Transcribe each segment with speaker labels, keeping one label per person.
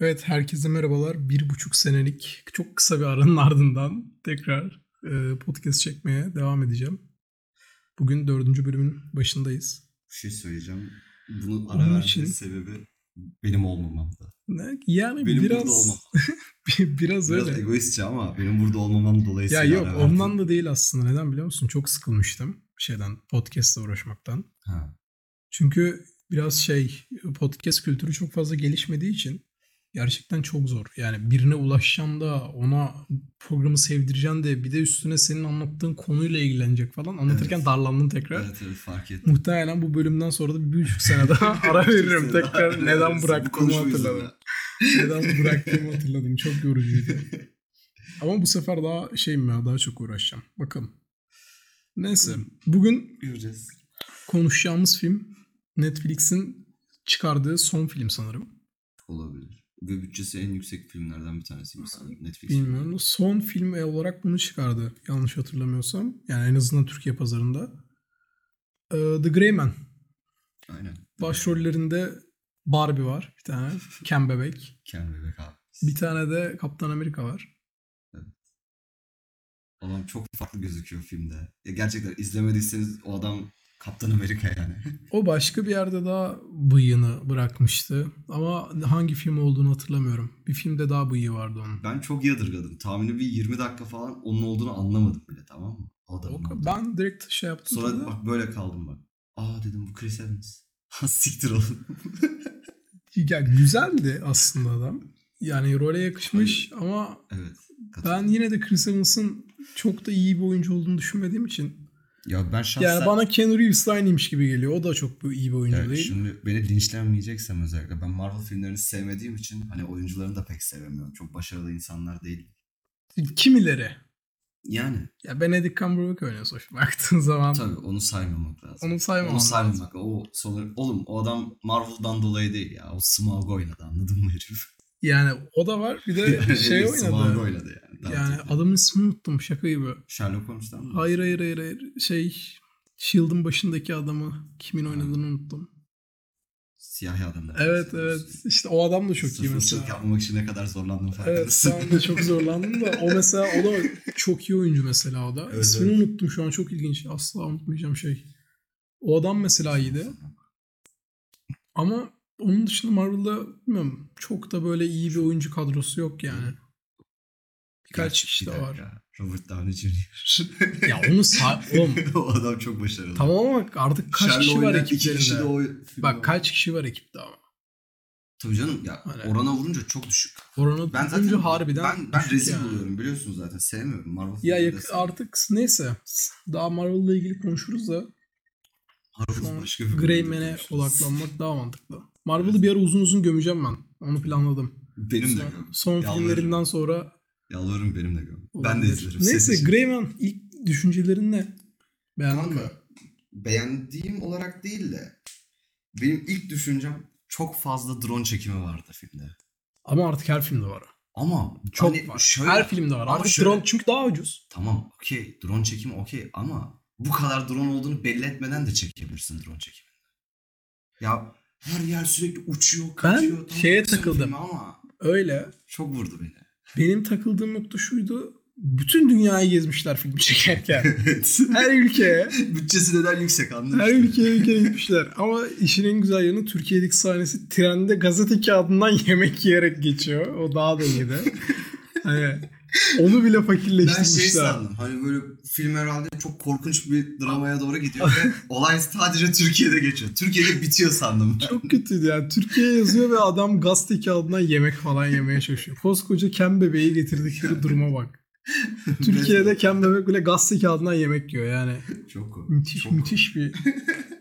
Speaker 1: Evet, herkese merhabalar. Bir buçuk senelik çok kısa bir aranın ardından tekrar e, podcast çekmeye devam edeceğim. Bugün dördüncü bölümün başındayız.
Speaker 2: Bir şey söyleyeceğim. Bunun
Speaker 1: Onun
Speaker 2: ara vermenin
Speaker 1: için-
Speaker 2: sebebi benim olmamamdı.
Speaker 1: Ne- Yani
Speaker 2: Benim burada olmam.
Speaker 1: biraz biraz
Speaker 2: Biraz
Speaker 1: öyle.
Speaker 2: egoistçe ama benim burada olmamam dolayısıyla
Speaker 1: Ya yok,
Speaker 2: ara verdim.
Speaker 1: ondan da değil aslında. Neden biliyor musun? Çok sıkılmıştım şeyden podcast'le uğraşmaktan.
Speaker 2: Ha.
Speaker 1: Çünkü biraz şey podcast kültürü çok fazla gelişmediği için gerçekten çok zor. Yani birine ulaşacaksın da ona programı sevdireceksin de bir de üstüne senin anlattığın konuyla ilgilenecek falan. Anlatırken
Speaker 2: Evet.
Speaker 1: darlandım tekrar.
Speaker 2: Evet evet fark ettim.
Speaker 1: Muhtemelen bu bölümden sonra da bir buçuk sene daha ara veririm
Speaker 2: Kimse daha-
Speaker 1: tekrar. Neden
Speaker 2: Bu
Speaker 1: bıraktığımı
Speaker 2: konuşma
Speaker 1: hatırladım.
Speaker 2: yüzünden.
Speaker 1: Neden bıraktığımı hatırladım. Çok yorucuydu. Ama bu sefer daha şeyim ya daha çok uğraşacağım. Bakalım. Neyse. Bugün
Speaker 2: Göreceğiz.
Speaker 1: konuşacağımız film Netflix'in çıkardığı son film sanırım.
Speaker 2: Olabilir. Ve bütçesi en yüksek filmlerden bir tanesi mesela Netflix.
Speaker 1: Bilmiyorum. Son film olarak bunu çıkardı. Yanlış hatırlamıyorsam. Yani en azından Türkiye pazarında. Ee, The Grey Man.
Speaker 2: Aynen.
Speaker 1: Başrollerinde Barbie var bir tane. Ken Bebek.
Speaker 2: Ken Bebek abi.
Speaker 1: Bir tane de Kaptan Amerika var.
Speaker 2: Adam çok farklı gözüküyor filmde. Ya gerçekten izlemediyseniz o adam Kaptan Amerika yani.
Speaker 1: O başka bir yerde daha bıyığını bırakmıştı. Ama hangi film olduğunu hatırlamıyorum. Bir filmde daha bıyığı vardı onun.
Speaker 2: Ben çok yadırgadım. Tahmini bir 20 dakika falan onun olduğunu anlamadım bile tamam mı? Adamın
Speaker 1: O-
Speaker 2: olduğunu.
Speaker 1: Ben direkt şey yaptım.
Speaker 2: Sonra
Speaker 1: tabii.
Speaker 2: bak böyle kaldım bak. Aa dedim bu Chris Evans. Ha siktir oğlum.
Speaker 1: Ya güzeldi aslında adam. Yani role yakışmış ama
Speaker 2: evet.
Speaker 1: ben
Speaker 2: katılıyorum.
Speaker 1: yine de Chris Evans'ın çok da iyi bir oyuncu olduğunu düşünmediğim için.
Speaker 2: ya ben şahsen
Speaker 1: Yani bana Keanu Reeves de aynıymış gibi geliyor. O da çok bu- iyi bir oyuncu
Speaker 2: Ya
Speaker 1: değil.
Speaker 2: şimdi beni linçlenmeyeceksem özellikle ben Marvel filmlerini sevmediğim için hani oyuncularını da pek sevemiyorum. Çok başarılı insanlar değil.
Speaker 1: Kimileri.
Speaker 2: Yani
Speaker 1: Ya Benedict Cumberbatch oynuyor sonuçta baktığın zaman.
Speaker 2: tabii onu saymamak lazım.
Speaker 1: Onu saymam.
Speaker 2: Onu saymamak. O sonra oğlum o adam Marvel'dan dolayı değil ya. O Smaug oynadı anladın mı herif?
Speaker 1: Yani o da var. Bir de şey
Speaker 2: Herif Smaug
Speaker 1: oynadı.
Speaker 2: oynadı yani. Daha
Speaker 1: Yani
Speaker 2: çok-
Speaker 1: adamın ismini unuttum şaka gibi.
Speaker 2: Sherlock Holmes'tan mı?
Speaker 1: Hayır hayır hayır hayır. Şey Shield'ın başındaki adamı kimin oynadığını unuttum.
Speaker 2: Siyahi adamlar.
Speaker 1: Evet evet. İşte o adam da çok iyi
Speaker 2: Sırf ırkçılık
Speaker 1: mesela.
Speaker 2: yapmamak için ne kadar zorlandım
Speaker 1: Evet
Speaker 2: farkındasın.
Speaker 1: ben de çok zorlandım da o mesela o da çok iyi oyuncu mesela o da.
Speaker 2: Evet,
Speaker 1: İsmini
Speaker 2: evet.
Speaker 1: unuttum şu an çok ilginç. Asla unutmayacağım şey. O adam mesela iyiydi. Ama onun dışında Marvel'da bilmiyorum çok da böyle iyi bir oyuncu kadrosu yok yani. Birkaç
Speaker 2: Gerçi
Speaker 1: kişi
Speaker 2: bir
Speaker 1: de var.
Speaker 2: dakika, Robert Downey Jr.
Speaker 1: Ya onu sağ... Oğlum
Speaker 2: o adam çok başarılı.
Speaker 1: tamam ama artık kaç
Speaker 2: Sherlock
Speaker 1: kişi var
Speaker 2: oynayan iki kişi de
Speaker 1: ekiplerinde?
Speaker 2: o
Speaker 1: Bak kaç kişi var ekipte ama.
Speaker 2: Tabii canım ya
Speaker 1: Aynen.
Speaker 2: orana vurunca çok düşük.
Speaker 1: Oranı
Speaker 2: Ben
Speaker 1: ben
Speaker 2: zaten
Speaker 1: harbiden
Speaker 2: ben, ben
Speaker 1: düşük
Speaker 2: rezil
Speaker 1: yani.
Speaker 2: buluyorum biliyorsun zaten sevmiyorum Marvel
Speaker 1: Ya
Speaker 2: filmleri de
Speaker 1: yak-
Speaker 2: sevmiyorum.
Speaker 1: artık neyse daha Marvel'la ilgili konuşuruz da
Speaker 2: Marvel
Speaker 1: Sonra
Speaker 2: başka bir
Speaker 1: Grey
Speaker 2: bölümde
Speaker 1: Man'e
Speaker 2: konuşuruz.
Speaker 1: odaklanmak daha mantıklı. Marvel'ı bir ara uzun uzun gömeceğim ben. Onu planladım.
Speaker 2: Benim de
Speaker 1: Son,
Speaker 2: göm.
Speaker 1: son
Speaker 2: Yalvarırım.
Speaker 1: filmlerinden sonra
Speaker 2: Yalvarırım benim de göm. Ben de
Speaker 1: olabilir.
Speaker 2: izlerim.
Speaker 1: Neyse
Speaker 2: senin için.
Speaker 1: Grey Man ilk düşüncelerin ne? Beğendin mi?
Speaker 2: Kanka beğendiğim olarak değil de benim ilk düşüncem çok fazla drone çekimi vardı filmde.
Speaker 1: Ama artık her filmde var. o.
Speaker 2: Ama
Speaker 1: Çok
Speaker 2: hani
Speaker 1: var.
Speaker 2: şöyle-
Speaker 1: her filmde var.
Speaker 2: Ama
Speaker 1: Artık
Speaker 2: şöyle-
Speaker 1: drone çünkü daha ucuz.
Speaker 2: Tamam okey drone çekimi okey ama bu kadar drone olduğunu belli etmeden de çekebilirsin drone çekimi. Ya her yer sürekli uçuyor, kaçıyor. tamam,
Speaker 1: şeye
Speaker 2: aksiyon
Speaker 1: takıldım.
Speaker 2: filmi Ama
Speaker 1: Öyle.
Speaker 2: çok vurdu beni.
Speaker 1: Benim takıldığım nokta şuydu. Bütün dünyayı gezmişler filmi çekerken.
Speaker 2: evet.
Speaker 1: her ülkeye.
Speaker 2: Bütçesi neden yüksek anladın
Speaker 1: Her
Speaker 2: işte.
Speaker 1: ülkeye bir kere gitmişler. Ama işin en güzel yanı Türkiye'deki sahnesi trende gazete kağıdından yemek yiyerek geçiyor. O daha da iyiydi. hani onu bile
Speaker 2: Ben şey
Speaker 1: fakirleştirmişler.
Speaker 2: sandım hani böyle film herhalde çok korkunç bir dramaya doğru gidiyor ve olay sadece Türkiye'de geçiyor. Türkiye'de bitiyor sandım. ben.
Speaker 1: Çok kötüydü yani. Türkiye yazıyor ve adam gazete kağıdından yemek falan yemeye çalışıyor. Koskoca kem bebeği getirdikleri duruma bak. Türkiye'de kem bebek bile gazete kağıdından yemek yiyor yani.
Speaker 2: çok komik,
Speaker 1: Müthiş
Speaker 2: çok
Speaker 1: müthiş bir...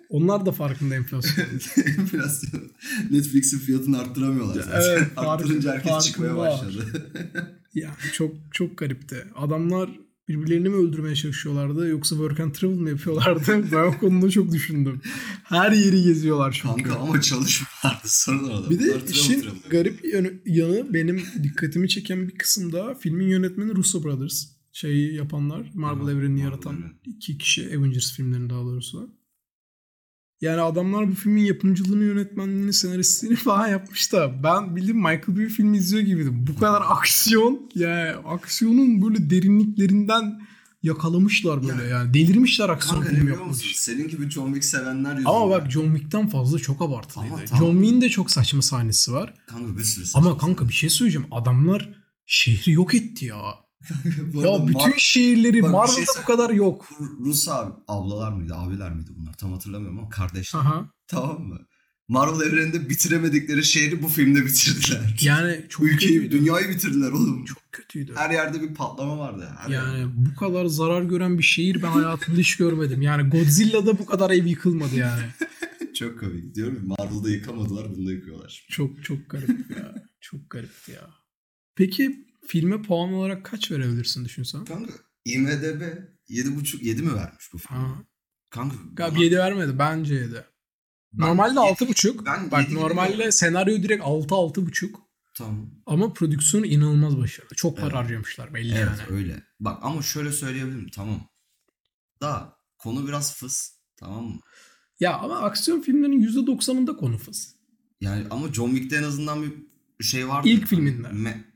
Speaker 1: Onlar da farkında enflasyon.
Speaker 2: komik. Enflasyon. Netflix'in fiyatını arttıramıyorlar zaten.
Speaker 1: Evet,
Speaker 2: Arttırınca herkes
Speaker 1: farkı-
Speaker 2: çıkmaya
Speaker 1: farkı var.
Speaker 2: başladı.
Speaker 1: Yani çok çok garipti. Adamlar birbirlerini mi öldürmeye çalışıyorlardı yoksa work and travel mi yapıyorlardı? ben o konuda çok düşündüm. Her yeri geziyorlar çünkü.
Speaker 2: Kanka ama çalışmıyorlardı sorun orada.
Speaker 1: bir
Speaker 2: Bunlar
Speaker 1: de
Speaker 2: tıralı
Speaker 1: işin
Speaker 2: tıralı.
Speaker 1: garip yanı, yanı benim dikkatimi çeken bir kısımda filmin yönetmeni Russo Brothers. Şeyi yapanlar, Marvel
Speaker 2: Aha,
Speaker 1: evrenini
Speaker 2: Marvel
Speaker 1: yaratan
Speaker 2: evreni.
Speaker 1: iki kişi Avengers filmlerini daha doğrusu. Yani adamlar bu filmin yapımcılığını, yönetmenliğini, senaristliğini falan yapmış da ben bildim Michael Bay filmi izliyor gibiydim. Bu kadar aksiyon yani aksiyonun böyle derinliklerinden yakalamışlar böyle yani delirmişler aksiyon
Speaker 2: Kanka ne
Speaker 1: filmi
Speaker 2: biliyor musun?
Speaker 1: yapmış.
Speaker 2: Senin gibi John Wick sevenler yüzünden.
Speaker 1: Ama bak John Wick'ten fazla çok abartılıydı.
Speaker 2: Ama tamam.
Speaker 1: John Wick'in de çok saçma sahnesi var.
Speaker 2: Kanka bir sürü
Speaker 1: Ama kanka bir şey söyleyeceğim. Adamlar şehri yok etti ya.
Speaker 2: Bu arada
Speaker 1: Ya bütün
Speaker 2: Mar-
Speaker 1: şehirleri
Speaker 2: Bak bir şey
Speaker 1: Marvel'da bu
Speaker 2: söyleyeyim.
Speaker 1: kadar yok.
Speaker 2: Rus abi, ablalar mıydı, abiler miydi bunlar? Tam hatırlamıyorum ama kardeşler.
Speaker 1: Aha.
Speaker 2: tamam mı? Marvel evreninde bitiremedikleri şehri bu filmde bitirdiler.
Speaker 1: Yani çok
Speaker 2: Ülkeyi,
Speaker 1: kötüydü.
Speaker 2: dünyayı bitirdiler oğlum.
Speaker 1: çok kötüydü.
Speaker 2: Her yerde bir patlama vardı. Her yerde.
Speaker 1: Yani bu kadar zarar gören bir şehir ben hayatımda hiç görmedim. Yani Godzilla'da bu kadar ev yıkılmadı yani.
Speaker 2: Çok komik. Diyorum ya, Marvel'da yıkamadılar, bunu da yıkıyorlar.
Speaker 1: Çok çok garip ya. Çok garipti ya. Peki filme puan olarak kaç verebilirsin düşünsen?
Speaker 2: Kanka IMDB 7.5 7 mi vermiş bu film?
Speaker 1: Ha.
Speaker 2: Kanka
Speaker 1: Galiba
Speaker 2: bana-
Speaker 1: 7 vermedi. Bence 7.
Speaker 2: Ben
Speaker 1: Normalde
Speaker 2: yedi-
Speaker 1: 6.5.
Speaker 2: ben
Speaker 1: Bak
Speaker 2: yedi
Speaker 1: normalde
Speaker 2: veriyorum.
Speaker 1: senaryo direkt 6 6.5.
Speaker 2: Tamam.
Speaker 1: Ama prodüksiyonu inanılmaz başarılı. Çok para
Speaker 2: Evet.
Speaker 1: harcamışlar belli
Speaker 2: Evet
Speaker 1: yani.
Speaker 2: öyle. Bak ama şöyle söyleyebilirim tamam. Da konu biraz fıs tamam mı?
Speaker 1: Ya ama aksiyon filmlerinin %90'ında konu fıs.
Speaker 2: Yani ama John Wick'te en azından bir şey vardı.
Speaker 1: İlk filminde.
Speaker 2: Me-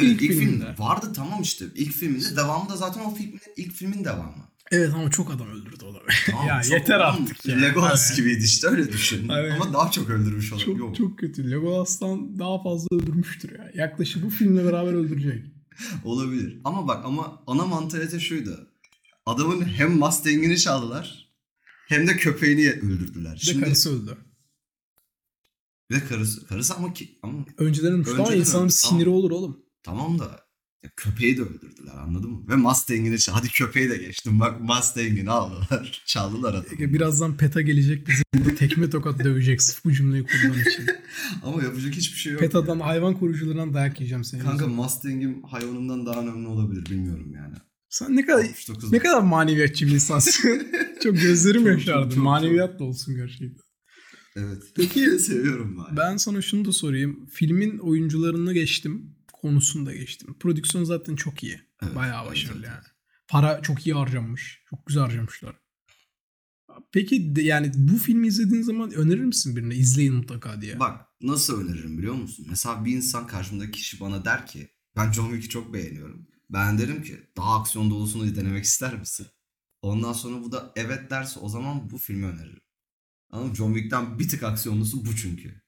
Speaker 2: Evet,
Speaker 1: İlk
Speaker 2: ilk, filminde.
Speaker 1: filminde.
Speaker 2: Vardı tamam işte. İlk filminde devamı da zaten o filmin ilk filmin devamı.
Speaker 1: Evet ama çok adam öldürdü o da.
Speaker 2: Tamam,
Speaker 1: Ya
Speaker 2: çok-
Speaker 1: yeter
Speaker 2: tamam,
Speaker 1: artık ya.
Speaker 2: Legolas
Speaker 1: Evet.
Speaker 2: gibiydi işte öyle düşün.
Speaker 1: Evet.
Speaker 2: Ama daha çok öldürmüş olabilir.
Speaker 1: Çok,
Speaker 2: Yok.
Speaker 1: çok kötü. Legolas'tan daha fazla öldürmüştür ya. Yaklaşık bu filmle beraber öldürecek.
Speaker 2: Olabilir. Ama bak ama ana mantalite şuydu. Adamın hem Mustang'ini çaldılar hem de köpeğini öldürdüler.
Speaker 1: Bir de
Speaker 2: Şimdi
Speaker 1: karısı öldü.
Speaker 2: ve karısı karısı ama ki ama
Speaker 1: Önceden ölmüştü ama
Speaker 2: Önceden
Speaker 1: insanın bir
Speaker 2: ölmüş, tamam.
Speaker 1: siniri olur oğlum.
Speaker 2: Tamam da ya köpeği de öldürdüler anladın mı? Ve Mustang'ini çal. Hadi köpeği de geçtim. Bak Mustang'ini aldılar. Çaldılar adamı.
Speaker 1: Ege, Birazdan PETA gelecek bizi burada tekme tokat dövecek sırf bu cümleyi kurduğun için.
Speaker 2: Ama yapacak hiçbir şey yok.
Speaker 1: PETA'dan hayvan korucularından dayak yiyeceğim seni.
Speaker 2: Kanka Mustang'im hayvanımdan daha önemli olabilir bilmiyorum yani.
Speaker 1: Sen ne kadar
Speaker 2: 69.
Speaker 1: ne kadar maneviyatçı bir insansın. çok gözlerim
Speaker 2: Çok,
Speaker 1: yaşardı.
Speaker 2: çok, çok,
Speaker 1: Maneviyat da olsun gerçekten.
Speaker 2: Evet. Peki seviyorum ben.
Speaker 1: Ben sana şunu da sorayım. Filmin oyuncularını geçtim. Konusunu da geçtim. Prodüksiyon zaten çok iyi.
Speaker 2: Evet,
Speaker 1: Bayağı
Speaker 2: evet,
Speaker 1: başarılı
Speaker 2: evet.
Speaker 1: yani. Para çok iyi harcanmış. Çok güzel harcamışlar. Peki de- yani bu filmi izlediğin zaman önerir misin birine? İzleyin mutlaka diye.
Speaker 2: Bak nasıl öneririm biliyor musun? Mesela bir insan karşımdaki kişi bana der ki ben John Wick'i çok beğeniyorum. Ben derim ki daha aksiyon dolusunu denemek ister misin? Ondan sonra bu da evet derse o zaman bu filmi öneririm. Anladın mı? John Wick'ten bir tık aksiyonlusu bu çünkü.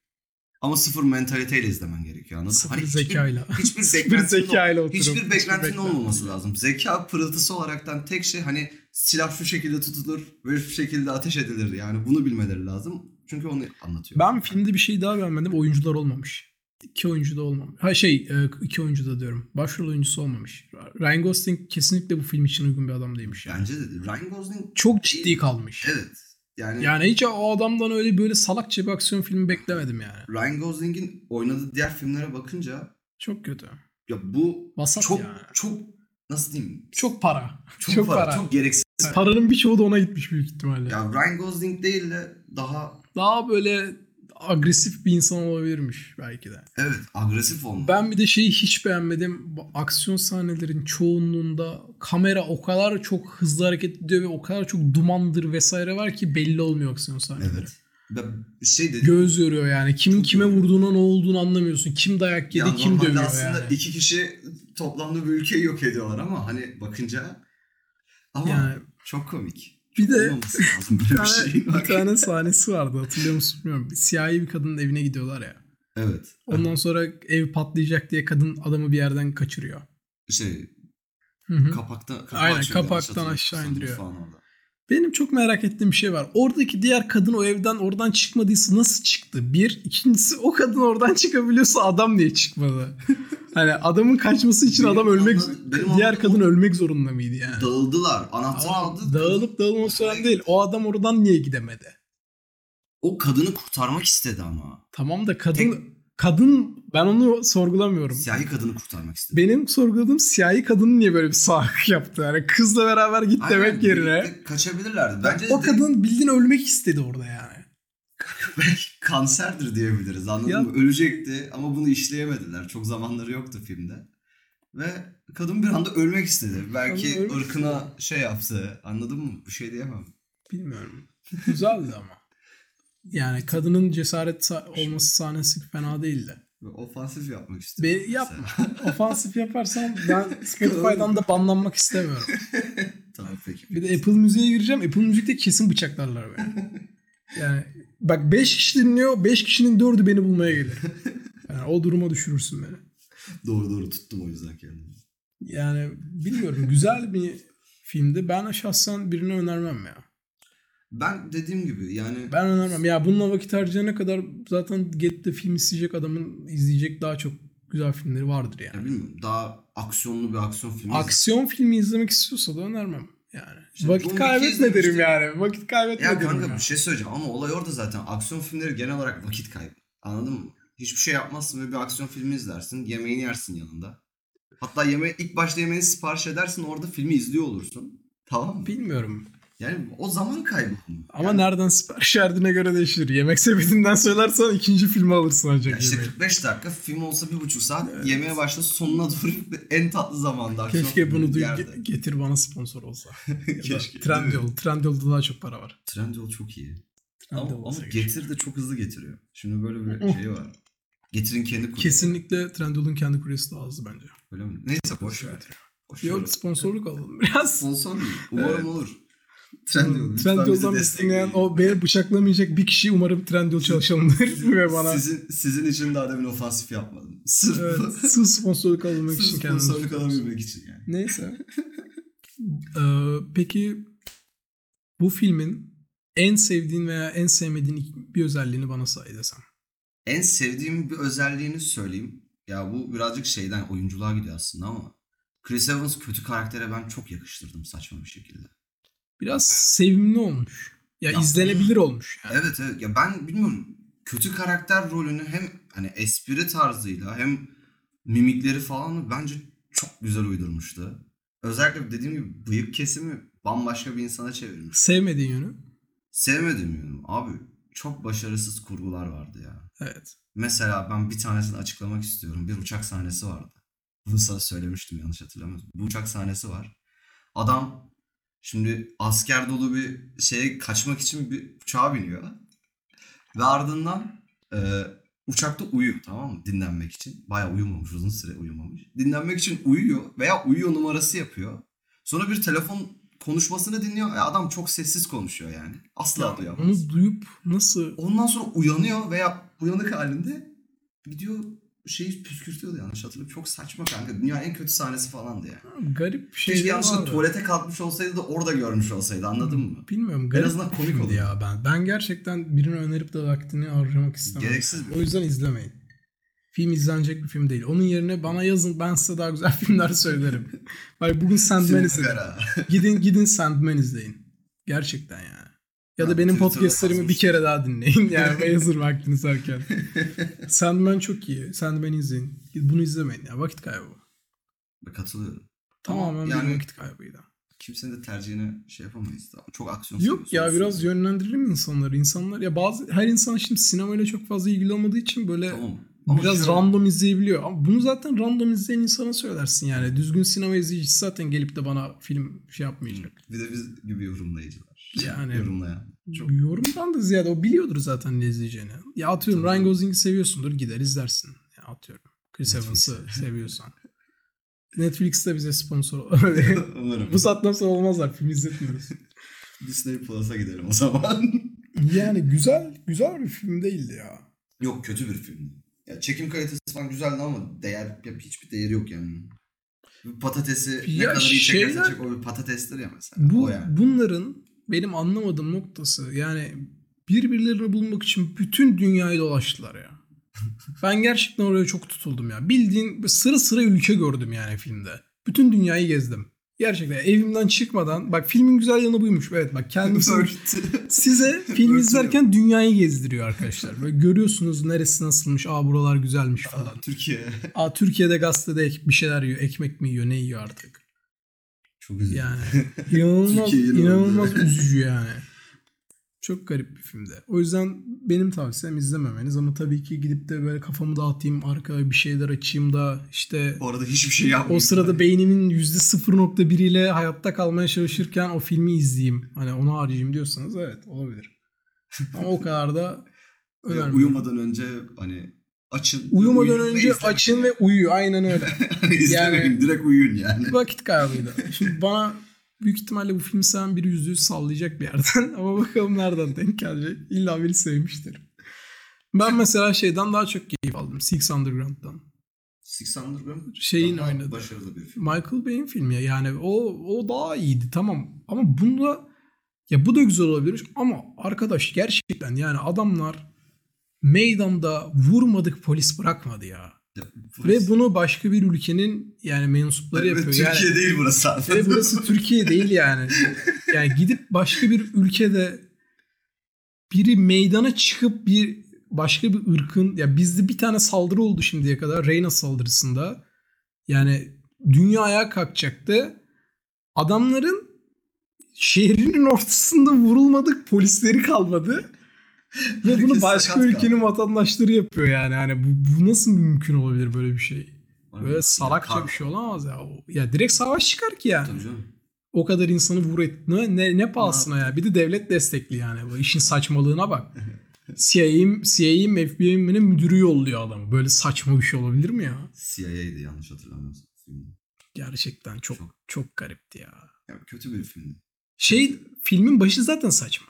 Speaker 2: Ama sıfır mentaliteyle izlemen gerekiyor anladın mı?
Speaker 1: Sıfır
Speaker 2: Hani
Speaker 1: zekayla.
Speaker 2: Hiçbir, hiçbir
Speaker 1: Bir
Speaker 2: beklentinin,
Speaker 1: zekayla oturup.
Speaker 2: hiçbir beklentinin
Speaker 1: beklenti-
Speaker 2: olmaması lazım. Zeka pırıltısı olaraktan tek şey hani silah şu şekilde tutulur ve şu şekilde ateş edilir. Yani bunu bilmeleri lazım. Çünkü onu anlatıyor.
Speaker 1: Ben filmde bir şey daha beğenmedim. Oyuncular olmamış. İki oyuncu da olmamış. Ha şey e, iki oyuncu da diyorum. Başrol oyuncusu olmamış. Ryan Gosling kesinlikle bu film için uygun bir adam değilmiş yani.
Speaker 2: Bence de Ryan Gosling
Speaker 1: Çok ciddi kalmış.
Speaker 2: evet. Yani,
Speaker 1: Yani hiç o adamdan öyle böyle salakça bir aksiyon filmi beklemedim yani.
Speaker 2: Ryan Gosling'in oynadığı diğer filmlere bakınca
Speaker 1: Çok kötü.
Speaker 2: ya bu
Speaker 1: Vasat
Speaker 2: çok
Speaker 1: yani.
Speaker 2: çok nasıl diyeyim?
Speaker 1: Çok para.
Speaker 2: Çok, para, çok gereksiz.
Speaker 1: Paranın birçoğu da ona gitmiş büyük ihtimalle.
Speaker 2: Ya Ryan Gosling değil de daha
Speaker 1: Daha böyle agresif bir insan olabilirmiş belki de.
Speaker 2: evet agresif olma.
Speaker 1: Ben bir de şeyi hiç beğenmedim. Bu aksiyon sahnelerin çoğunluğunda kamera o kadar çok hızlı hareket ediyor ve o kadar çok dumandır vesaire var ki belli olmuyor aksiyon sahneleri.
Speaker 2: evet. Ben şey dedi.
Speaker 1: Göz yoruyor yani. Kimin kime vurduğuna ne olduğunu anlamıyorsun. Kim dayak yedi,
Speaker 2: ya
Speaker 1: kim
Speaker 2: normalde
Speaker 1: dövüyor
Speaker 2: aslında
Speaker 1: yani.
Speaker 2: iki kişi toplamda bir ülkeyi yok ediyorlar ama hani bakınca ama
Speaker 1: Yani
Speaker 2: çok komik.
Speaker 1: bir de
Speaker 2: Olmaması lazım
Speaker 1: bir
Speaker 2: böyle bir
Speaker 1: tane,
Speaker 2: şey.
Speaker 1: bir tane sahnesi vardı hatırlıyor musun bilmiyorum. Siyahi bir kadının evine gidiyorlar ya.
Speaker 2: Evet.
Speaker 1: Ondan sonra ev patlayacak diye kadın adamı bir yerden kaçırıyor.
Speaker 2: Şey
Speaker 1: Hı hı.
Speaker 2: kapaktan kapağı
Speaker 1: Aynen,
Speaker 2: açıyorlar,
Speaker 1: kapaktan
Speaker 2: çatıyı
Speaker 1: aşağı
Speaker 2: kapatıyorlar
Speaker 1: indiriyor.
Speaker 2: falan orada.
Speaker 1: Benim çok merak ettiğim bir şey var. Oradaki diğer kadın o evden oradan çıkmadıysa nasıl çıktı? Bir. ikincisi o kadın oradan çıkabiliyorsa adam niye çıkmadı? hani adamın kaçması için
Speaker 2: Benim
Speaker 1: adam ölmek
Speaker 2: anladığım- benim
Speaker 1: diğer
Speaker 2: anladığım
Speaker 1: kadın
Speaker 2: o-
Speaker 1: ölmek zorunda mıydı yani?
Speaker 2: Dağıldılar. Anahtar
Speaker 1: Tamam,
Speaker 2: aldı.
Speaker 1: dağılıp dağılması önemli değil. O adam oradan niye gidemedi?
Speaker 2: O kadını kurtarmak istedi ama.
Speaker 1: Tamam da kadın
Speaker 2: Tek-
Speaker 1: kadın ben onu sorgulamıyorum.
Speaker 2: Siyahi kadını kurtarmak istedi.
Speaker 1: Benim sorguladığım siyahi kadının niye böyle bir sağlık yaptı? Yani kızla beraber git
Speaker 2: Aynen,
Speaker 1: demek yerine.
Speaker 2: birlikte Kaçabilirlerdi. Bence de
Speaker 1: O kadın bildiğin ölmek istedi orada yani.
Speaker 2: belki kanserdir diyebiliriz anladın
Speaker 1: Ya-
Speaker 2: mı? Ölecekti ama bunu işleyemediler. Çok zamanları yoktu filmde. Ve kadın bir anda ölmek istedi. Belki
Speaker 1: ölmek
Speaker 2: ırkına şey yaptı. Anladın mı? Bir şey diyemem.
Speaker 1: Bilmiyorum. Güzeldi ama. Yani kadının cesaret sa- olması sahnesi fena değildi.
Speaker 2: Ve ofansif yapmak
Speaker 1: Be
Speaker 2: istiyorum.
Speaker 1: yapma. Ofansif yaparsan ben Spotify'dan da banlanmak istemiyorum.
Speaker 2: tamam peki.
Speaker 1: Bir de Apple Müziğe gireceğim. Apple Müzik'te kesin bıçaklarlar beni. Yani bak 5 kişi dinliyor. 5 kişinin 4'ü beni bulmaya gelir. Yani o duruma düşürürsün beni.
Speaker 2: Doğru doğru tuttum o yüzden kendimi.
Speaker 1: Yani bilmiyorum güzel bir filmdi. Ben şahsen birini önermem ya.
Speaker 2: Ben dediğim gibi yani
Speaker 1: Ben önermem. Ya bununla vakit harcayana kadar zaten Get'te film isteyecek adamın izleyecek daha çok güzel filmleri vardır yani.
Speaker 2: ya bilmiyorum daha aksiyonlu bir aksiyon filmi.
Speaker 1: Aksiyon filmi izlemek istiyorsa da önermem yani.
Speaker 2: İşte
Speaker 1: vakit
Speaker 2: bunu
Speaker 1: kaybetme
Speaker 2: iki
Speaker 1: derim
Speaker 2: izlemiştim.
Speaker 1: yani. Vakit kaybetme
Speaker 2: Ya
Speaker 1: derim.
Speaker 2: kanka
Speaker 1: ya.
Speaker 2: bir şey söyleyeceğim ama olay orada zaten. Aksiyon filmleri genel olarak vakit kaybı. Anladın mı? Hiçbir şey yapmazsın ve bir aksiyon filmi izlersin. Yemeğini yersin yanında. Hatta yeme ilk başta yemeğini sipariş edersin orada filmi izliyor olursun. Tamam mı?
Speaker 1: Bilmiyorum.
Speaker 2: Yani o zaman kaybı.
Speaker 1: Ama
Speaker 2: şey- yani,
Speaker 1: nereden sipariş verdiğine göre değişir. Yemek sepetinden söylersen ikinci filmi alırsın
Speaker 2: ya
Speaker 1: ancak
Speaker 2: işte
Speaker 1: yemeği.
Speaker 2: 45 dakika film olsa bir buçuk saat
Speaker 1: Evet.
Speaker 2: yemeğe başla sonuna doğru en tatlı zamanda. aksiyon
Speaker 1: Keşke
Speaker 2: filmi
Speaker 1: bunu
Speaker 2: bir
Speaker 1: duy
Speaker 2: yerde.
Speaker 1: ge- getir bana sponsor olsa.
Speaker 2: Keşke,
Speaker 1: Keşke.
Speaker 2: değil mi?
Speaker 1: Trendyol. Trendyol'da daha çok para var.
Speaker 2: Trendyol çok iyi. Ama,
Speaker 1: Trendyol
Speaker 2: ama
Speaker 1: olsa keşke. Oh.
Speaker 2: getir de çok hızlı getiriyor. Şimdi böyle bir şey var. Getirin kendi kurdu.
Speaker 1: Kesinlikle Trendyol'un kendi kuryesi daha hızlı bence.
Speaker 2: Öyle mi? Neyse boş ver. Boş ver.
Speaker 1: Yok sponsorluk alalım biraz.
Speaker 2: Sponsor mu? Umarım olur. Trendyol. lütfen bizi
Speaker 1: Trendyol'dan
Speaker 2: destekleyin.
Speaker 1: besleyen o beni bıçaklamayacak bir kişi umarım Trendyol çalışanıdır ve bana
Speaker 2: Sizin, sizin için daha demin ofansif yapmadım. Sırf,
Speaker 1: evet, sırf sponsorluk alabilmek
Speaker 2: sırf
Speaker 1: için kendimi.
Speaker 2: sponsorluk alabilmek için yani.
Speaker 1: Neyse. Ee, peki bu filmin en sevdiğin veya en sevmediğin iki- bir özelliğini bana say desem.
Speaker 2: En sevdiğim bir özelliğini söyleyeyim. Ya bu birazcık şeyden oyunculuğa gidiyor aslında ama Chris Evans kötü karaktere ben çok yakıştırdım saçma bir şekilde.
Speaker 1: Biraz sevimli olmuş. Ya,
Speaker 2: Ya-
Speaker 1: izlenebilir olmuş yani.
Speaker 2: Evet evet ya ben bilmiyorum kötü karakter rolünü hem hani espri tarzıyla hem mimikleri falan bence çok güzel uydurmuştu. Özellikle dediğim gibi bıyık kesimi bambaşka bir insana çevirmiş.
Speaker 1: Sevmediğin yönü.
Speaker 2: Sevmedim yani abi çok başarısız kurgular vardı ya.
Speaker 1: Evet.
Speaker 2: Mesela ben bir tanesini açıklamak istiyorum. Bir uçak sahnesi vardı. Bunu sana söylemiştim yanlış hatırlamıyorsam. Bir uçak sahnesi var. Adam şimdi asker dolu bir şeye kaçmak için bir uçağa biniyor. Ve ardından e, uçakta uyuyor tamam mı? Dinlenmek için. Bayağı uyumamış uzun süre uyumamış. Dinlenmek için uyuyor veya uyuyor numarası yapıyor. Sonra bir telefon konuşmasını dinliyor. E, adam çok sessiz konuşuyor yani. Asla duyamaz.
Speaker 1: Onu duyup nasıl
Speaker 2: Ondan sonra uyanıyor veya uyanık halinde gidiyor şeyi püskürtüyordu yanlış hatırlıyorum. Çok saçma kanka. Dünyanın en kötü sahnesi falandı yani.
Speaker 1: garip bir şey
Speaker 2: Keşke yanlışlıkla tuvalete kalkmış olsaydı da orada görmüş olsaydı anladın mı?
Speaker 1: Bilmiyorum garip
Speaker 2: azından
Speaker 1: bir
Speaker 2: komik
Speaker 1: filmdi
Speaker 2: olur.
Speaker 1: ya ben. Ben gerçekten birini önerip de vaktini harcamak istemem.
Speaker 2: Gereksiz bir.
Speaker 1: O yüzden izlemeyin. Film izlenecek bir film değil. Onun yerine bana yazın ben size daha güzel filmler söylerim. Bak bugün Sandman
Speaker 2: Sinir
Speaker 1: izledim.
Speaker 2: kara.
Speaker 1: Gidin gidin Sandman izleyin. Gerçekten yani. Ya da
Speaker 2: Ha,
Speaker 1: benim
Speaker 2: Twitter'da
Speaker 1: podcastlerimi bir
Speaker 2: yazmış.
Speaker 1: kere daha dinleyin. Yani ben hazır vaktiniz erken. Sandman çok iyi. Sandman izleyin. Bunu izlemeyin ya. Vakit kaybı.
Speaker 2: Katılıyorum.
Speaker 1: Tamamen bir
Speaker 2: yani-
Speaker 1: vakit kaybıydı.
Speaker 2: Kimsenin de tercihine şey yapamayız. Çok aksiyon
Speaker 1: Yok ya
Speaker 2: seviyorsun.
Speaker 1: biraz yönlendirelim insanları. İnsanlar ya bazı her insan şimdi sinemayla çok fazla ilgili olmadığı için böyle
Speaker 2: Tamam. Ama
Speaker 1: biraz
Speaker 2: şöyle-
Speaker 1: random izleyebiliyor. Ama bunu zaten random izleyen insana söylersin yani. Düzgün sinema izleyicisi zaten gelip de bana film şey yapmayacak.
Speaker 2: Bir de biz gibi yorumlayıcılar.
Speaker 1: Yani-
Speaker 2: Yorumlayan. Çok-
Speaker 1: Yorumdan da ziyade o biliyordur zaten ne izleyeceğini. Ya atıyorum
Speaker 2: Tabii.
Speaker 1: Ryan Gosling'i seviyorsundur gider izlersin. Ya atıyorum Chris
Speaker 2: Netflix'te.
Speaker 1: Evans'ı seviyorsan. Netflix'te bize sponsor ol.
Speaker 2: Umarım.
Speaker 1: Bu saatten sonra olmazlar film izletmiyoruz.
Speaker 2: Disney Plus'a gidelim o zaman.
Speaker 1: Yani güzel güzel bir film değildi ya.
Speaker 2: Yok kötü bir filmdi. Ya çekim kalitesi falan güzeldi ama değer ya hiçbir değeri yok yani. Bir Patatesi ne
Speaker 1: Ya
Speaker 2: kadar iyi çekerse
Speaker 1: şeyler-
Speaker 2: çek o bir patatestir ya mesela.
Speaker 1: Bu
Speaker 2: o yani.
Speaker 1: bunların benim anlamadığım noktası yani birbirlerini bulmak için bütün dünyayı dolaştılar ya. ben gerçekten oraya çok tutuldum ya. Bildiğin sıra sıra ülke gördüm yani filmde. Bütün dünyayı gezdim. Gerçekten evimden çıkmadan bak filmin güzel yanı buymuş. Evet bak kendisi
Speaker 2: Örtü.
Speaker 1: size film
Speaker 2: Örtülüyor.
Speaker 1: izlerken dünyayı gezdiriyor arkadaşlar. Böyle görüyorsunuz neresi nasılmış. Aa buralar güzelmiş falan.
Speaker 2: Türkiye.
Speaker 1: Aa Türkiye'de gazetede ek- bir şeyler yiyor. Ekmek mi yiyor ne yiyor artık.
Speaker 2: Çok üzücü.
Speaker 1: Yani inanılmaz
Speaker 2: Türkiye yine
Speaker 1: inanılmaz
Speaker 2: öldü.
Speaker 1: üzücü yani. Çok garip bir filmdi. O yüzden benim tavsiyem izlememeniz ama tabii ki gidip de böyle kafamı dağıtayım, arkaya bir şeyler açayım da işte
Speaker 2: Bu arada hiçbir şey yapmıyor.
Speaker 1: o sırada beynimin %0.1 ile hayatta kalmaya çalışırken o filmi izleyeyim. Hani onu harcayayım diyorsanız evet olabilir. Ama o kadar da
Speaker 2: Ve
Speaker 1: önemli.
Speaker 2: uyumadan önce hani açın.
Speaker 1: Uyumadan
Speaker 2: uyuyun ve
Speaker 1: önce
Speaker 2: izlemeyin.
Speaker 1: açın ve uyu. Aynen öyle.
Speaker 2: Hani izlemeyin
Speaker 1: Yani-
Speaker 2: direkt uyuyun yani.
Speaker 1: Vakit kaybıydı. Şimdi bana büyük ihtimalle bu film seven biri yüzde yüz sallayacak bir yerden. Ama bakalım nereden denk gelecek. İlla biri sevmiştir. Ben mesela şeyden daha çok keyif aldım. Six Underground'dan.
Speaker 2: Six Underground
Speaker 1: Şeyin
Speaker 2: daha
Speaker 1: oynadı.
Speaker 2: başarılı bir film.
Speaker 1: Michael Bay'in filmi ya. yani o o daha iyiydi tamam ama bunda ya bu da güzel olabilir ama arkadaş gerçekten yani adamlar meydanda vurmadık polis bırakmadı ya. Ve bunu başka bir ülkenin yani mensupları
Speaker 2: Evet,
Speaker 1: yapıyor.
Speaker 2: Türkiye
Speaker 1: yani,
Speaker 2: değil burası zaten.
Speaker 1: ve burası Türkiye değil yani. Yani gidip başka bir ülkede biri meydana çıkıp bir başka bir ırkın ya bizde bir tane saldırı oldu şimdiye kadar Reyna saldırısında. Yani dünya ayağa kalkacaktı. Adamların şehrinin ortasında vurulmadık polisleri kalmadı. Ve bunu
Speaker 2: Herkes
Speaker 1: başka
Speaker 2: sakat
Speaker 1: ülkenin
Speaker 2: kaldı.
Speaker 1: vatandaşları yapıyor yani. Hani bu, bu nasıl mümkün olabilir böyle bir şey? Böyle
Speaker 2: Ya,
Speaker 1: salakça
Speaker 2: kar-
Speaker 1: bir şey olamaz ya. O- Ya direkt savaş çıkar ki yani.
Speaker 2: Tabii canım.
Speaker 1: O kadar insanı vur et. Ne, ne, ne pahasına ya. Bir de devlet destekli yani. Bu işin saçmalığına bak. CIA'im, CIA'im FBI'nin müdürü yolluyor adamı. Böyle saçma bir şey olabilir mi ya?
Speaker 2: CIA'ydi yanlış hatırlamıyorsam. filmi.
Speaker 1: Gerçekten çok
Speaker 2: Çok.
Speaker 1: çok garipti ya.
Speaker 2: Ya, kötü bir filmdi.
Speaker 1: Şey filmin başı zaten saçma.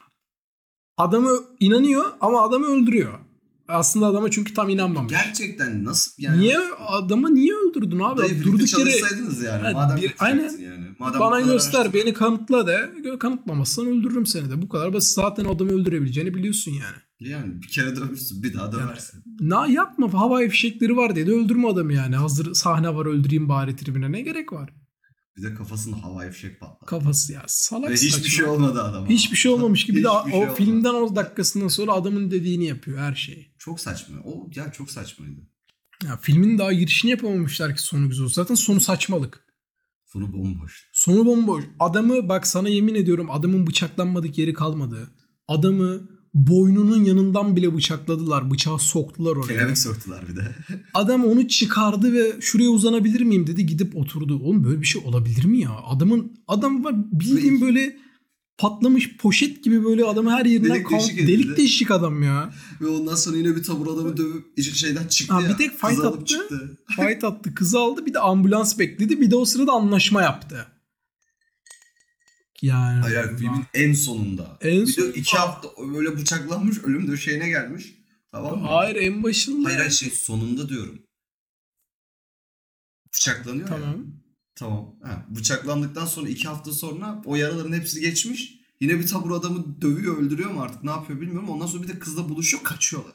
Speaker 1: Adamı inanıyor ama adamı öldürüyor. Aslında adama çünkü tam inanmamış.
Speaker 2: Gerçekten nasıl yani?
Speaker 1: niye adamı niye öldürdün abi?
Speaker 2: Dayı birlikte
Speaker 1: Durduk yere
Speaker 2: çalışsaydınız yani.
Speaker 1: Ha,
Speaker 2: madem
Speaker 1: bir-
Speaker 2: yapacaksın yani. Madem bu
Speaker 1: Bana
Speaker 2: kadar
Speaker 1: göster
Speaker 2: araştırdın.
Speaker 1: beni kanıtla de. Gö- Kanıtlamazsan öldürürüm seni de. Bu kadar basit. Zaten o adamı öldürebileceğini biliyorsun yani.
Speaker 2: Yani bir kere dövmüşsün bir daha döversin.
Speaker 1: Na yapma havai fişekleri var dedi öldürme adamı yani. Hazır sahne var öldüreyim bari tribüne ne gerek var?
Speaker 2: Bir de kafasında havai fişek patladı.
Speaker 1: Kafası ya salak
Speaker 2: Ve
Speaker 1: saçma.
Speaker 2: hiçbir şey olmadı adama.
Speaker 1: Hiçbir şey olmamış gibi de o
Speaker 2: Hiçbir şey olmadı.
Speaker 1: filmden o dakikasından sonra adamın dediğini yapıyor her şeyi.
Speaker 2: Çok saçma. O ya çok saçmaydı.
Speaker 1: Ya filmin daha girişini yapamamışlar ki sonu güzel olsun. Zaten sonu saçmalık.
Speaker 2: Sonu bomboş.
Speaker 1: Sonu bomboş. Adamı bak sana yemin ediyorum adamın bıçaklanmadık yeri kalmadı. Adamı boynunun yanından bile bıçakladılar. Bıçağı soktular oraya.
Speaker 2: Kelebek soktular bir de.
Speaker 1: Adam onu çıkardı ve şuraya uzanabilir miyim dedi. Gidip oturdu. Oğlum böyle bir şey olabilir mi ya? Adamın adam var bildiğin böyle patlamış poşet gibi böyle adamı her yerinden
Speaker 2: Delik
Speaker 1: kan-
Speaker 2: deşik edildi.
Speaker 1: delik deşik adam ya.
Speaker 2: Ve ondan sonra yine bir tabur adamı dövüp iyice şeyden çıktı
Speaker 1: Ha,
Speaker 2: ya.
Speaker 1: bir tek fight
Speaker 2: Kız alıp
Speaker 1: attı.
Speaker 2: çıktı.
Speaker 1: Fight attı kızı aldı bir de ambulans bekledi bir de o sırada anlaşma yaptı. Yani.
Speaker 2: Hayır hayır, filmin en sonunda.
Speaker 1: En
Speaker 2: bir
Speaker 1: sonunda-
Speaker 2: de iki hafta böyle bıçaklanmış ölüm döşeğine gelmiş. Tamam mı?
Speaker 1: Hayır en başında.
Speaker 2: Hayır hayır, şey sonunda diyorum. Bıçaklanıyor ya.
Speaker 1: Tamam.
Speaker 2: Tamam. Ha, bıçaklandıktan sonra iki hafta sonra o yaraların hepsi geçmiş. Yine bir tabur adamı dövüyor öldürüyor mu artık ne yapıyor bilmiyorum. Ondan sonra bir de kızla buluşuyor kaçıyorlar.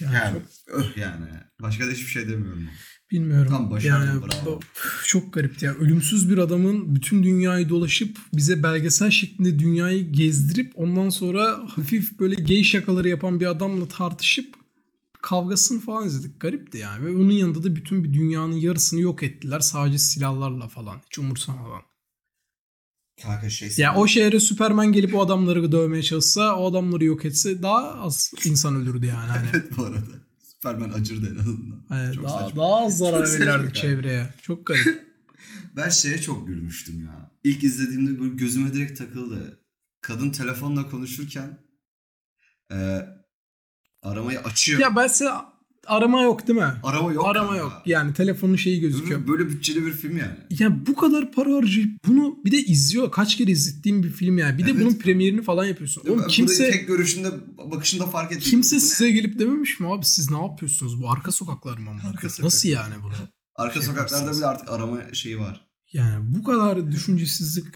Speaker 1: Yani
Speaker 2: Yani.
Speaker 1: çok-
Speaker 2: Öh yani. Başka da hiçbir şey demiyorum.
Speaker 1: bilmiyorum.
Speaker 2: Tam başardım,
Speaker 1: yani,
Speaker 2: bravo.
Speaker 1: bu- çok garipti ya. Ölümsüz bir adamın bütün dünyayı dolaşıp bize belgesel şeklinde dünyayı gezdirip ondan sonra hafif böyle gay şakaları yapan bir adamla tartışıp kavgasını falan izledik. Garipti yani. Ve onun yanında da bütün bir dünyanın yarısını yok ettiler. Sadece silahlarla falan. Hiç umursamadan.
Speaker 2: Kanka şey.
Speaker 1: Ya o şehre Superman gelip o adamları dövmeye çalışsa, o adamları yok etse daha az insan ölürdü yani. Hani.
Speaker 2: Evet bu arada. Superman acırdı en azından.
Speaker 1: Hani
Speaker 2: Çok
Speaker 1: daha,
Speaker 2: saçma.
Speaker 1: daha az
Speaker 2: Çok
Speaker 1: zarar
Speaker 2: saçma
Speaker 1: verirdik
Speaker 2: kanka.
Speaker 1: çevreye. Çok garip.
Speaker 2: Ben şeye çok gülmüştüm ya. İlk izlediğimde böyle gözüme direkt takıldı. Kadın telefonla konuşurken e, aramayı açıyor.
Speaker 1: ya ben size arama yok değil mi?
Speaker 2: arama yok.
Speaker 1: arama
Speaker 2: kanka.
Speaker 1: yok. Yani telefonun şeyi gözüküyor.
Speaker 2: Böyle, böyle bütçeli bir film yani.
Speaker 1: Ya bu kadar para harcayıp bunu bir de izliyor. Kaç kere izlettiğim bir film yani. Bir de
Speaker 2: Evet.
Speaker 1: bunun premierini falan yapıyorsun.
Speaker 2: Değil mi?
Speaker 1: Oğlum
Speaker 2: Burayı
Speaker 1: kimse
Speaker 2: tek görüşünde bakışında fark ettim.
Speaker 1: kimse size gelip dememiş mi abi siz ne yapıyorsunuz? Bu arka sokaklar mı? amına
Speaker 2: Arka
Speaker 1: koyayım?
Speaker 2: sokak.
Speaker 1: Nasıl yani bunu?
Speaker 2: arka
Speaker 1: şey
Speaker 2: sokaklarda
Speaker 1: yaparsınız.
Speaker 2: bile artık arama şeyi var.
Speaker 1: Yani bu kadar düşüncesizlik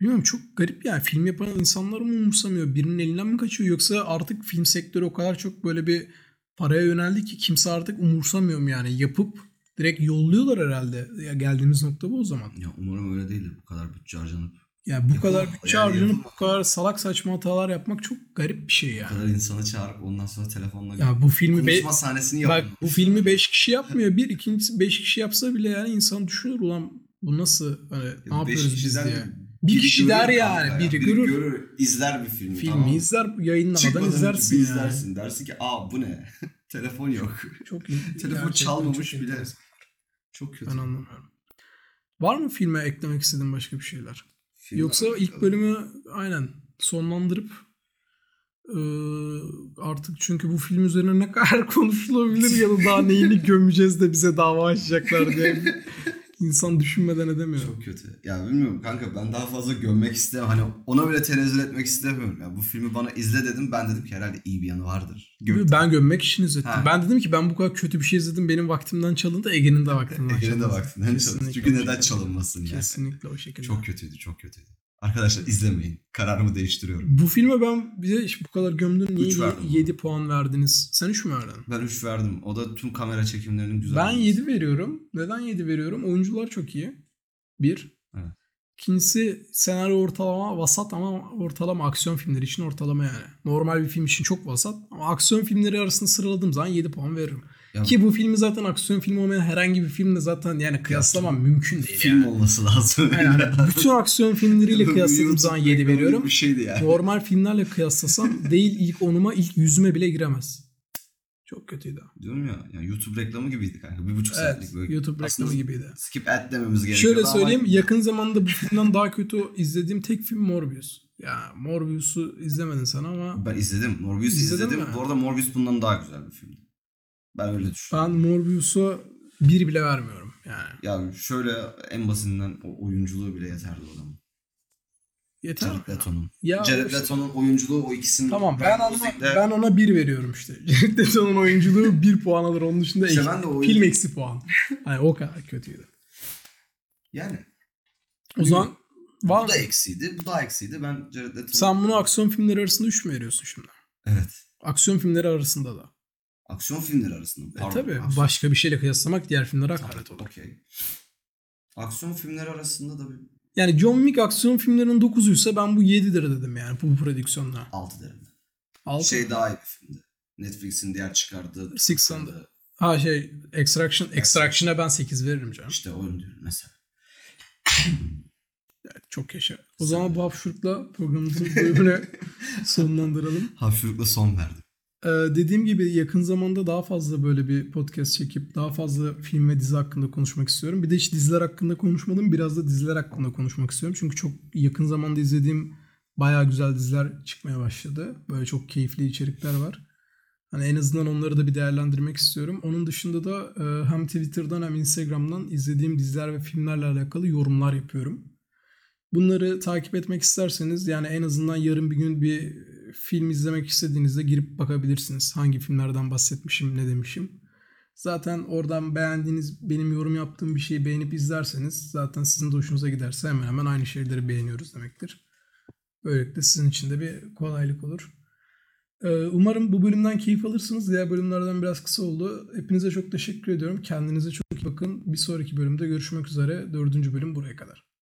Speaker 1: bilmiyorum çok garip yani film yapan insanlar mı umursamıyor birinin elinden mi kaçıyor yoksa artık film sektörü o kadar çok böyle bir paraya yöneldi ki kimse artık umursamıyor mu yani yapıp direkt yolluyorlar herhalde ya geldiğimiz nokta bu o zaman.
Speaker 2: Ya umarım öyle değildir bu kadar bütçe harcanıp.
Speaker 1: Yani bu kadar
Speaker 2: Yapılamaz.
Speaker 1: bütçe
Speaker 2: Yani
Speaker 1: harcanıp
Speaker 2: yapılamaz.
Speaker 1: bu kadar salak saçma hatalar yapmak çok garip bir şey
Speaker 2: Bu
Speaker 1: yani.
Speaker 2: kadar insanı çağırıp ondan sonra telefonla
Speaker 1: Ya bu filmi be-
Speaker 2: konuşma sahnesini
Speaker 1: bak
Speaker 2: yapın.
Speaker 1: bu filmi 5 kişi yapmıyor. Bir ikincisi 5 kişi yapsa bile yani insan düşünür ulan bu nasıl hani ne
Speaker 2: Beş
Speaker 1: yapıyoruz biz
Speaker 2: kişiden
Speaker 1: diye.
Speaker 2: biri
Speaker 1: Bir kişi
Speaker 2: görür
Speaker 1: der
Speaker 2: kanka
Speaker 1: yani,
Speaker 2: ya.
Speaker 1: biri görür.
Speaker 2: izler bir filmi.
Speaker 1: Filmi
Speaker 2: tamam mı?
Speaker 1: izler yayınlamadan
Speaker 2: Çıkmadan önce
Speaker 1: izlersin
Speaker 2: bir
Speaker 1: yani.
Speaker 2: izlersin. Dersin ki aa bu ne? Telefon yok.
Speaker 1: Çok iyi.
Speaker 2: Telefon
Speaker 1: Gerçekten
Speaker 2: çalmamış
Speaker 1: çok
Speaker 2: bile.
Speaker 1: enteresan.
Speaker 2: Çok kötü.
Speaker 1: Ben anlamıyorum. Var mı filme eklemek istediğin başka bir şeyler?
Speaker 2: Film
Speaker 1: Yoksa
Speaker 2: var.
Speaker 1: ilk bölümü aynen sonlandırıp Ee, artık çünkü bu film üzerine ne kadar konuşulabilir ya da daha neyini gömeceğiz de bize dava açacaklar diye insan düşünmeden edemiyor.
Speaker 2: Çok kötü. Ya bilmiyorum kanka ben daha fazla gömmek istemiyorum. Hani ona bile tenezzül etmek istemiyorum. Ya bu filmi bana izle dedim. Ben dedim ki herhalde iyi bir yanı vardır. Göm.
Speaker 1: Ben gömmek işini izlettim.
Speaker 2: Ha.
Speaker 1: Ben dedim ki ben bu kadar kötü bir şey izledim. Benim vaktimden çalındı. Ege'nin de vaktinden
Speaker 2: Ege'ne de
Speaker 1: çalındı.
Speaker 2: baktın. Hani
Speaker 1: Kesinlikle o
Speaker 2: Çünkü neden
Speaker 1: şekilde.
Speaker 2: çalınmasın yani.
Speaker 1: Kesinlikle o şekilde.
Speaker 2: Çok kötüydü çok kötüydü. Arkadaşlar izlemeyin. Kararımı değiştiriyorum.
Speaker 1: Bu filme ben bize işte bu kadar gömdün niye
Speaker 2: Üç verdim.
Speaker 1: 7 puan verdiniz? Sen 3 mü verdin?
Speaker 2: Ben 3 verdim. O da tüm kamera çekimlerinin güzel.
Speaker 1: Ben
Speaker 2: olması.
Speaker 1: 7 veriyorum. Neden 7 veriyorum? Oyuncular çok iyi. Bir.
Speaker 2: Evet.
Speaker 1: İkincisi senaryo ortalama vasat ama ortalama aksiyon filmleri için ortalama yani. Normal bir film için çok vasat ama aksiyon filmleri arasında sıraladığım zaman 7 puan veririm.
Speaker 2: Ya-
Speaker 1: Ki bu filmi zaten aksiyon filmi olmayan herhangi bir filmle zaten yani kıyaslamam mümkün değil
Speaker 2: Film
Speaker 1: yani.
Speaker 2: olması lazım.
Speaker 1: Yani bütün aksiyon filmleriyle kıyasladığım zaman 7 veriyorum.
Speaker 2: Bir şeydi yani.
Speaker 1: Normal filmlerle kıyaslasam değil ilk onuma ilk yüzüme bile giremez. Çok kötüydü.
Speaker 2: Diyorum ya, yani YouTube reklamı gibiydi kanka. Bir buçuk
Speaker 1: Evet,
Speaker 2: saatlik böyle.
Speaker 1: YouTube reklamı
Speaker 2: Aslında
Speaker 1: gibiydi.
Speaker 2: Skip ad dememiz gerekiyor.
Speaker 1: Şöyle söyleyeyim yakın zamanda bu filmden daha kötü izlediğim tek film Morbius. Ya Morbius'u izlemedin sen ama
Speaker 2: Ben izledim. Morbius'u
Speaker 1: İzledin
Speaker 2: izledim.
Speaker 1: mi?
Speaker 2: Bu arada Morbius bundan daha güzel bir filmdi. Ben öyle
Speaker 1: ben
Speaker 2: düşünüyorum.
Speaker 1: Morbius'a bir bile vermiyorum yani.
Speaker 2: Ya şöyle en basitinden o oyunculuğu bile yeterdi o zaman.
Speaker 1: Yeter. mi
Speaker 2: Jared Leto'nun.
Speaker 1: Ya,
Speaker 2: Jared
Speaker 1: işte-
Speaker 2: Leto'nun oyunculuğu o ikisinin.
Speaker 1: Tamam ben ona,
Speaker 2: özellikle-
Speaker 1: ben ona bir veriyorum işte. Jared Leto'nun oyunculuğu bir puan alır. Onun dışında
Speaker 2: İşte
Speaker 1: ek-
Speaker 2: ben de o-
Speaker 1: film eksi puan. Hani o kadar kötüydü.
Speaker 2: Yani.
Speaker 1: O zaman
Speaker 2: Bu
Speaker 1: var
Speaker 2: da eksiydi. Bu da eksiydi. Ben Jared Leto'nun.
Speaker 1: Sen bunu aksiyon filmleri arasında 3 mü veriyorsun şimdi?
Speaker 2: Evet.
Speaker 1: Aksiyon filmleri arasında da.
Speaker 2: Aksiyon filmleri arasında.
Speaker 1: E
Speaker 2: Pardon,
Speaker 1: tabii
Speaker 2: aksiyon-
Speaker 1: başka bir şeyle kıyaslamak diğer filmlere hakaret olur.
Speaker 2: Okey. Aksiyon filmleri arasında da bir
Speaker 1: Yani John Wick aksiyon filmlerinin 9'uysa ben bu 7'dir dedim yani bu prodüksiyonla.
Speaker 2: 6 derim.
Speaker 1: Altı.
Speaker 2: Şey daha iyi bir filmdi. Netflix'in diğer çıkardığı.
Speaker 1: Six Sunday. ha şey Extraction. Extraction'a ben 8 veririm canım.
Speaker 2: İşte oyun diyorum mesela.
Speaker 1: Çok yaşa. O zaman bu hapşurukla programımızın bu bölümünü sonlandıralım.
Speaker 2: Hafiflikle son verdim.
Speaker 1: Ee, dediğim gibi yakın zamanda daha fazla böyle bir podcast çekip daha fazla film ve dizi hakkında konuşmak istiyorum. Bir de hiç diziler hakkında konuşmadım. Biraz da diziler hakkında konuşmak istiyorum. Çünkü çok yakın zamanda izlediğim bayağı güzel diziler çıkmaya başladı. Böyle çok keyifli içerikler var. Hani en azından onları da bir değerlendirmek istiyorum. Onun dışında da e, hem Twitter'dan hem Instagram'dan izlediğim diziler ve filmlerle alakalı yorumlar yapıyorum. Bunları takip etmek isterseniz yani en azından yarın bir gün bir film izlemek istediğinizde girip bakabilirsiniz. Hangi filmlerden bahsetmişim, ne demişim. Zaten oradan beğendiğiniz, benim yorum yaptığım bir şeyi beğenip izlerseniz zaten sizin de hoşunuza giderse hemen hemen aynı şeyleri beğeniyoruz demektir. Böylelikle sizin için de bir kolaylık olur. Ee, Umarım bu bölümden keyif alırsınız. Diğer bölümlerden biraz kısa oldu. Hepinize çok teşekkür ediyorum. Kendinize çok iyi bakın. Bir sonraki bölümde görüşmek üzere. Dördüncü bölüm buraya kadar.